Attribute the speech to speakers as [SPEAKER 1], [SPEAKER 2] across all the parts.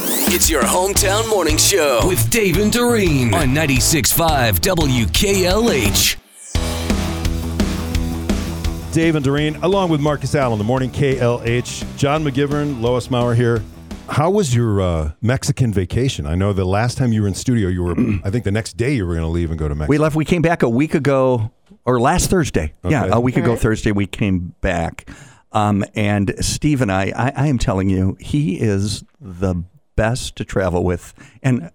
[SPEAKER 1] It's your hometown morning show with Dave and Doreen on 96.5 WKLH.
[SPEAKER 2] Dave and Doreen, along with Marcus Allen, the morning KLH. John McGivern, Lois Maurer here. How was your uh, Mexican vacation? I know the last time you were in studio, you were, I think the next day you were going to leave and go to Mexico.
[SPEAKER 3] We left. We came back a week ago, or last Thursday. Yeah,
[SPEAKER 2] Okay.
[SPEAKER 3] a week ago Thursday we came back. Um, and Steve and I, I, I am telling you, he is the best to travel with, and
[SPEAKER 2] is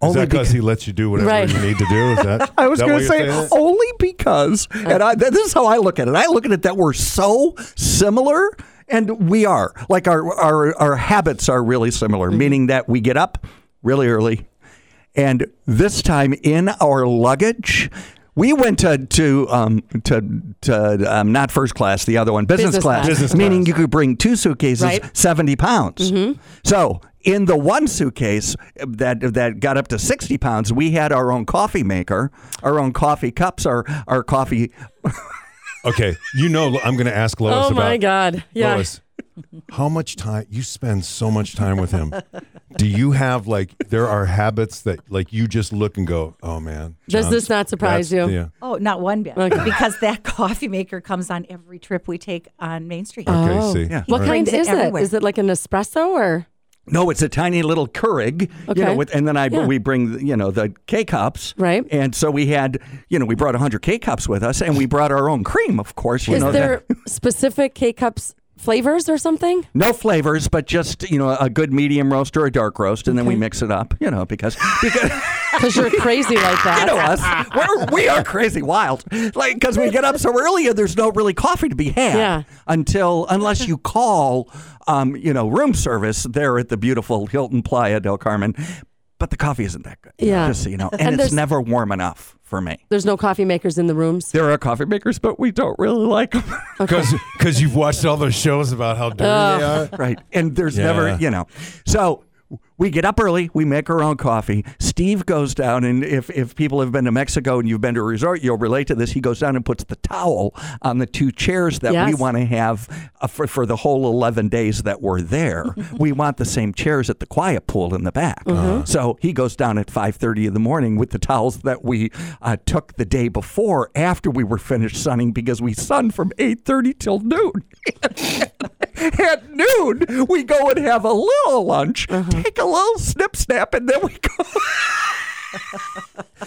[SPEAKER 3] only
[SPEAKER 2] that because
[SPEAKER 3] because.
[SPEAKER 2] he lets you do whatever
[SPEAKER 4] Right.
[SPEAKER 2] you need to do? Is that,
[SPEAKER 3] I
[SPEAKER 2] is
[SPEAKER 3] was
[SPEAKER 2] that
[SPEAKER 3] going
[SPEAKER 2] why you're
[SPEAKER 3] to say
[SPEAKER 2] saying that?
[SPEAKER 4] oh.
[SPEAKER 3] only because, and I, th- this is how I look at it. I look at it that we're so similar, and we are. Like our our, our habits are really similar, meaning that we get up really early, and this time in our luggage. We went to to um, to, to um, not first class, the other one, business,
[SPEAKER 4] Business
[SPEAKER 3] class,
[SPEAKER 4] class. Business
[SPEAKER 3] meaning you could bring two suitcases,
[SPEAKER 4] Right. Mm-hmm.
[SPEAKER 3] seventy pounds. So in the one suitcase that that got up to sixty pounds, we had our own coffee maker, our own coffee cups, our our coffee.
[SPEAKER 2] Okay, you know, I'm going to ask Lois
[SPEAKER 4] Oh
[SPEAKER 2] about
[SPEAKER 4] my God. Yeah.
[SPEAKER 2] Lois, how much time you spend so much time with him? Do you have like there are habits that like you just look and go, oh man?
[SPEAKER 4] Does
[SPEAKER 2] John's-
[SPEAKER 4] this not surprise
[SPEAKER 2] that's-
[SPEAKER 4] you?
[SPEAKER 2] Yeah.
[SPEAKER 5] Oh, not one bit.
[SPEAKER 4] Okay.
[SPEAKER 5] Because that coffee maker comes on every trip we take on Main Street.
[SPEAKER 2] Okay,
[SPEAKER 4] Oh.
[SPEAKER 2] see.
[SPEAKER 3] Yeah.
[SPEAKER 2] All
[SPEAKER 4] What
[SPEAKER 2] right.
[SPEAKER 4] kind
[SPEAKER 5] Brings it
[SPEAKER 4] is it?
[SPEAKER 5] everywhere.
[SPEAKER 4] Is it like an espresso or?
[SPEAKER 3] No, it's a tiny little Keurig,
[SPEAKER 4] Okay.
[SPEAKER 3] you know, with, and then I
[SPEAKER 4] Yeah.
[SPEAKER 3] we bring you know the K cups,
[SPEAKER 4] Right.
[SPEAKER 3] And so we had you know we brought hundred K cups with us, and we brought our own cream, of course. You
[SPEAKER 4] Is
[SPEAKER 3] know that-
[SPEAKER 4] there specific K cups flavors or something?
[SPEAKER 3] No flavors, but just you know a good medium roast or a dark roast, and then we mix it up. You know because because
[SPEAKER 4] Because you're crazy like that.
[SPEAKER 3] you know us, we're, we are crazy wild. Like because we get up so early, and there's no really coffee to be had
[SPEAKER 4] Yeah.
[SPEAKER 3] until unless you call, um, you know, room service there at the beautiful Hilton Playa del Carmen. But the coffee isn't that good.
[SPEAKER 4] Yeah.
[SPEAKER 3] just so you know,
[SPEAKER 4] And
[SPEAKER 3] and, it's
[SPEAKER 4] there's-
[SPEAKER 3] never warm enough for me.
[SPEAKER 4] There's no coffee makers in the rooms.
[SPEAKER 3] There are coffee makers, but we don't really like them.
[SPEAKER 2] Because because you've watched all those shows about how dirty they are.
[SPEAKER 3] right. And there's
[SPEAKER 2] Yeah.
[SPEAKER 3] never, you know. So we get up early, we make our own coffee. Steve goes down, and if, if people have been to Mexico and you've been to a resort, you'll relate to this. He goes down and puts the towel on the two chairs that we
[SPEAKER 4] Yes.
[SPEAKER 3] want to have uh, for, for the whole 11 days that we're there. we want the same chairs at the quiet pool in the back. So he goes down at 5.30 in the morning with the towels that we uh, took the day before after we were finished sunning because we sunned from 8.30 till noon at noon we go and have a little lunch, take a little snip snap, and then we go.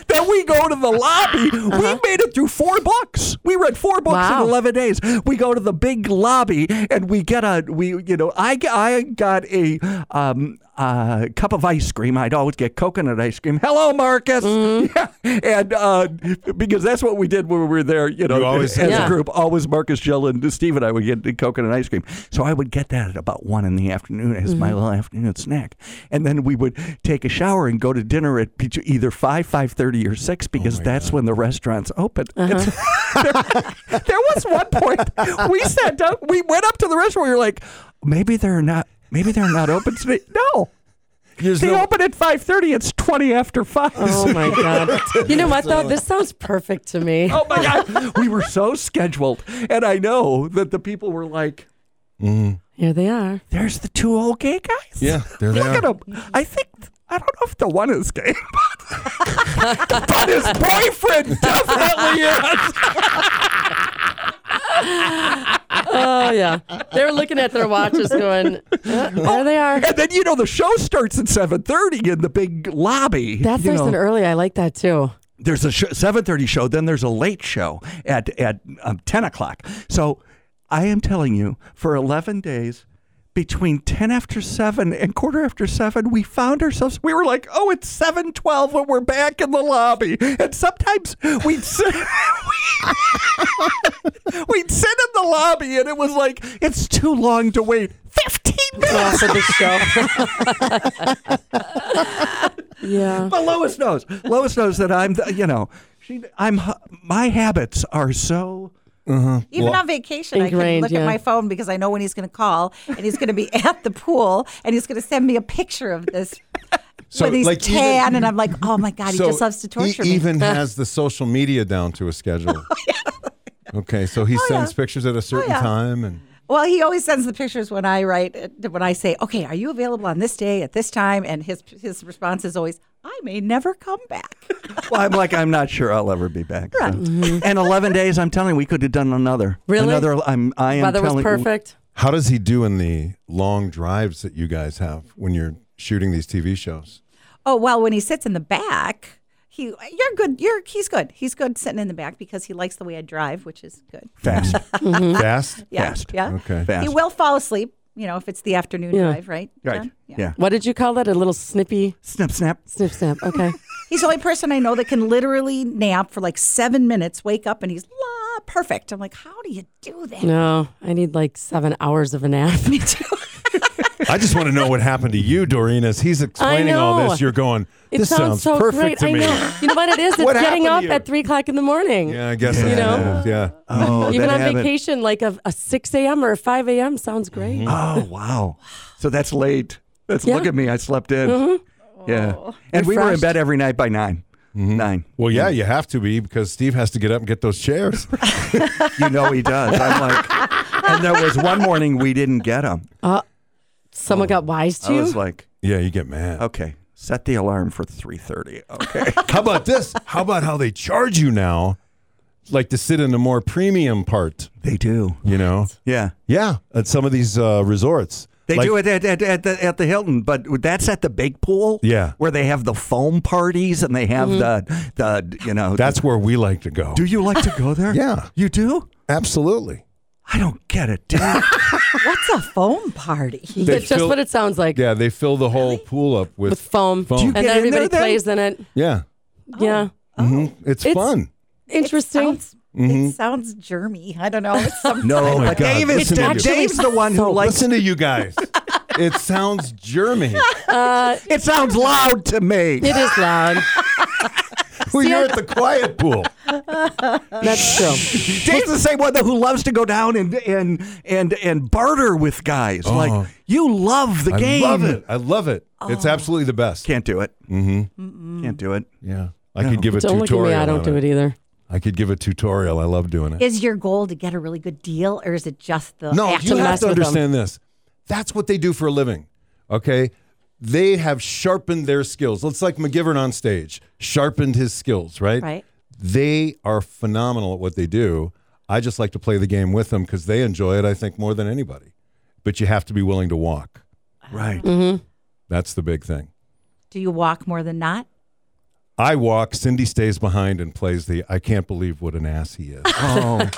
[SPEAKER 3] then we go to the lobby. We made it through four books. We read four books
[SPEAKER 4] Wow.
[SPEAKER 3] in eleven days. We go to the big lobby and we get a we you know I g- I got a um. Uh, cup of ice cream. I'd always get coconut ice cream. Hello, Marcus. Yeah. And uh, because that's what we did when we were there, you know,
[SPEAKER 2] You always-
[SPEAKER 3] as
[SPEAKER 4] Yeah.
[SPEAKER 3] a group, always Marcus, Jill, and Steve and I would get the coconut ice cream. So I would get that at about one in the afternoon as my little afternoon snack, and then we would take a shower and go to dinner at bet- either five, five thirty, or six because that's when the restaurants open. there, there was one point we sat down, we went up to the restaurant. We were like, maybe they're not, maybe they're not open today. No.
[SPEAKER 2] There's
[SPEAKER 3] they
[SPEAKER 2] no-
[SPEAKER 3] open at five thirty. It's twenty after five.
[SPEAKER 4] Oh my God. You know what, though? This sounds perfect to me.
[SPEAKER 3] Oh my God. we were so scheduled. And I know that the people were like,
[SPEAKER 4] Here they are.
[SPEAKER 3] there's the two old gay guys.
[SPEAKER 2] Yeah, there they
[SPEAKER 3] Look at
[SPEAKER 2] are.
[SPEAKER 3] 'em. I think, I don't know if the one is gay, but, but his boyfriend definitely is.
[SPEAKER 4] Oh, yeah. They're looking at their watches going, uh, there they are.
[SPEAKER 3] And then, you know, the show starts at 7.30 in the big lobby.
[SPEAKER 4] That's
[SPEAKER 3] you
[SPEAKER 4] nice
[SPEAKER 3] know.
[SPEAKER 4] and early. I like that too.
[SPEAKER 3] there's a sh- 7.30 show then there's a late show at, at um, 10 o'clock so i am telling you for 11 days between 10 after 7 and quarter after 7 we found ourselves we were like oh it's 7.12 when we're back in the lobby and sometimes we'd sit we'd sit in the lobby and it was like it's too long to wait 15 minutes
[SPEAKER 4] for the show. yeah.
[SPEAKER 3] But Lois knows. Lois knows that I'm, the, you know, she, I'm. My habits are so.
[SPEAKER 5] Even
[SPEAKER 2] Well-
[SPEAKER 5] on vacation, I can
[SPEAKER 4] Ingrained,
[SPEAKER 5] look
[SPEAKER 4] yeah.
[SPEAKER 5] at my phone because I know when he's going to call and he's going to be at the pool and he's going to send me a picture of this.
[SPEAKER 2] So,
[SPEAKER 5] with he's
[SPEAKER 2] like, even-
[SPEAKER 5] tan, and I'm like, oh my God, he
[SPEAKER 2] So
[SPEAKER 5] just loves to torture
[SPEAKER 2] he
[SPEAKER 5] me.
[SPEAKER 2] even has the social media down to a schedule. Okay, so he sends pictures at a certain
[SPEAKER 5] yeah.
[SPEAKER 2] time and
[SPEAKER 5] Well, he always sends the pictures when I write when I say, "Okay, are you available on this day at this time?" And his his response is always, "I may never come back."
[SPEAKER 3] Well, I'm like, I'm not sure I'll ever be back. so. And 11 days, I'm telling you, we could have done another.
[SPEAKER 4] Mm-hmm. Really?
[SPEAKER 3] Another, I'm, I am
[SPEAKER 4] Weather was
[SPEAKER 3] telling you,
[SPEAKER 4] perfect.
[SPEAKER 2] How does he do in the long drives that you guys have when you're shooting these TV shows?
[SPEAKER 5] Oh well, when he sits in the back, he you're good. You're he's good. He's good sitting in the back because he likes the way I drive, which is good.
[SPEAKER 3] Fast.
[SPEAKER 2] Fast?
[SPEAKER 5] Yeah,
[SPEAKER 3] Fast.
[SPEAKER 5] yeah.
[SPEAKER 2] Okay.
[SPEAKER 3] Fast.
[SPEAKER 5] He will fall asleep, you know, if it's the afternoon
[SPEAKER 4] Yeah.
[SPEAKER 5] drive, right?
[SPEAKER 3] Right.
[SPEAKER 5] John?
[SPEAKER 3] Yeah.
[SPEAKER 4] What did you call that? A little snippy
[SPEAKER 3] Snip, snap.
[SPEAKER 4] snip snap. Okay.
[SPEAKER 5] He's the only person I know that can literally nap for like seven minutes, wake up, and he's la perfect. I'm like, how do you do that?
[SPEAKER 4] No, I need like seven hours of a nap.
[SPEAKER 2] I just want to know what happened to you, Doreen, as he's explaining all
[SPEAKER 4] know.
[SPEAKER 2] this. You're going,
[SPEAKER 4] It
[SPEAKER 2] this
[SPEAKER 4] sounds, so
[SPEAKER 2] perfect
[SPEAKER 4] great.
[SPEAKER 2] to
[SPEAKER 4] I
[SPEAKER 2] me.
[SPEAKER 4] know. You know what it is? It's
[SPEAKER 2] What happened
[SPEAKER 4] getting
[SPEAKER 2] to
[SPEAKER 4] up
[SPEAKER 2] you?
[SPEAKER 4] at three o'clock in the morning.
[SPEAKER 2] Yeah, I guess. You
[SPEAKER 4] know?
[SPEAKER 2] Yeah.
[SPEAKER 3] Oh,
[SPEAKER 4] Even
[SPEAKER 3] that
[SPEAKER 4] on
[SPEAKER 3] habit.
[SPEAKER 4] vacation, like a, a 6 a.m. or a 5 a.m. sounds great.
[SPEAKER 2] Mm-hmm.
[SPEAKER 3] Oh, wow. So that's late. That's
[SPEAKER 4] Yeah. Mm-hmm. Oh,
[SPEAKER 3] look at me. I slept in. Yeah. And we were in
[SPEAKER 4] Refreshed.
[SPEAKER 3] bed every night by 9 Nine.
[SPEAKER 2] Well, yeah, you have to be because Steve has to get up and get those chairs.
[SPEAKER 3] You know he does. I'm like, and there was one morning we didn't get him.
[SPEAKER 4] Someone got wise to
[SPEAKER 3] I
[SPEAKER 4] you.
[SPEAKER 3] was like,
[SPEAKER 2] yeah, you get mad.
[SPEAKER 3] okay, set the alarm for 3:30. Okay.
[SPEAKER 2] How about this? How about how they charge you now, like to sit in the more premium part?
[SPEAKER 3] they do.
[SPEAKER 2] You know?
[SPEAKER 3] Yeah.
[SPEAKER 2] Yeah, at some of these uh, resorts.
[SPEAKER 3] They
[SPEAKER 2] Like-
[SPEAKER 3] do it at, at, at, the, at the Hilton, but that's at the big pool.
[SPEAKER 2] Yeah.
[SPEAKER 3] Where they have the foam parties and they have the, the, you know.
[SPEAKER 2] That's where we like to go.
[SPEAKER 3] do you like to go there?
[SPEAKER 2] Yeah.
[SPEAKER 3] You do?
[SPEAKER 2] Absolutely.
[SPEAKER 3] I don't get it, dude.
[SPEAKER 2] Oh
[SPEAKER 5] What's a foam party?
[SPEAKER 2] They
[SPEAKER 4] That's just
[SPEAKER 2] fill-
[SPEAKER 4] what it sounds like
[SPEAKER 2] Yeah, they fill the whole pool up with,
[SPEAKER 4] with foam.
[SPEAKER 2] Foam. Do you
[SPEAKER 4] And
[SPEAKER 3] get
[SPEAKER 4] then
[SPEAKER 3] in there
[SPEAKER 4] everybody
[SPEAKER 3] then?
[SPEAKER 4] plays in it.
[SPEAKER 2] Yeah.
[SPEAKER 4] Yeah.
[SPEAKER 2] Mhm. It's,
[SPEAKER 4] It's-
[SPEAKER 2] fun.
[SPEAKER 4] Interesting.
[SPEAKER 5] Oh. It sounds, it sounds germy. I don't know. It's some-
[SPEAKER 3] Mm-hmm. No,
[SPEAKER 2] my
[SPEAKER 3] but
[SPEAKER 2] God,
[SPEAKER 3] Dave
[SPEAKER 2] listen
[SPEAKER 3] is
[SPEAKER 2] to
[SPEAKER 3] Dave-
[SPEAKER 2] you.
[SPEAKER 3] Dave's the one who likes.
[SPEAKER 2] Listen to you guys. it sounds germy.
[SPEAKER 3] It sounds loud to me.
[SPEAKER 4] it is loud.
[SPEAKER 2] well, you're at the quiet pool.
[SPEAKER 4] That's true.
[SPEAKER 3] Dave's the same one who loves to go down and and and and barter with guys.
[SPEAKER 2] Oh.
[SPEAKER 3] Like you love the
[SPEAKER 2] I
[SPEAKER 3] game.
[SPEAKER 2] love it. I love it. It's
[SPEAKER 4] Oh.
[SPEAKER 2] absolutely the best.
[SPEAKER 3] Can't do it. Mm-hmm. Can't do it.
[SPEAKER 2] yeah. I could give a
[SPEAKER 4] Don't look at
[SPEAKER 2] tutorial.
[SPEAKER 4] me. I don't
[SPEAKER 2] on
[SPEAKER 4] do it e- either.
[SPEAKER 2] I could give a tutorial. I love doing it.
[SPEAKER 5] Is your goal to get a really good deal, or is it just the
[SPEAKER 2] No,
[SPEAKER 5] act
[SPEAKER 2] you
[SPEAKER 5] of-
[SPEAKER 2] have
[SPEAKER 4] mess
[SPEAKER 2] to
[SPEAKER 4] with them.
[SPEAKER 2] understand this. That's what they do for a living. Okay. They have sharpened their skills. It's like McGivern on stage, sharpened his skills, right?
[SPEAKER 5] Right.
[SPEAKER 2] They are phenomenal at what they do. I just like to play the game with them because they enjoy it, I think, more than anybody. But you have to be willing to walk.
[SPEAKER 3] Right.
[SPEAKER 2] That's the big thing.
[SPEAKER 5] Do you walk more than not?
[SPEAKER 2] I walk, Cindy stays behind and plays the I can't believe what an ass he is.
[SPEAKER 3] Oh,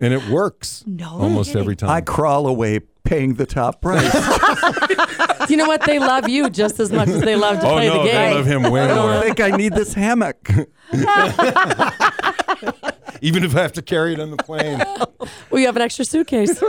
[SPEAKER 2] and it works
[SPEAKER 5] No
[SPEAKER 2] almost
[SPEAKER 5] kidding.
[SPEAKER 2] every time.
[SPEAKER 3] I crawl away paying the top price.
[SPEAKER 4] You know what? They love you just as much as they love to
[SPEAKER 2] oh,
[SPEAKER 4] play
[SPEAKER 2] no,
[SPEAKER 4] the game.
[SPEAKER 2] they love him way
[SPEAKER 3] I don't
[SPEAKER 2] more.
[SPEAKER 3] think I need this hammock.
[SPEAKER 2] Even if I have to carry it on the plane.
[SPEAKER 4] Well, you have an extra suitcase.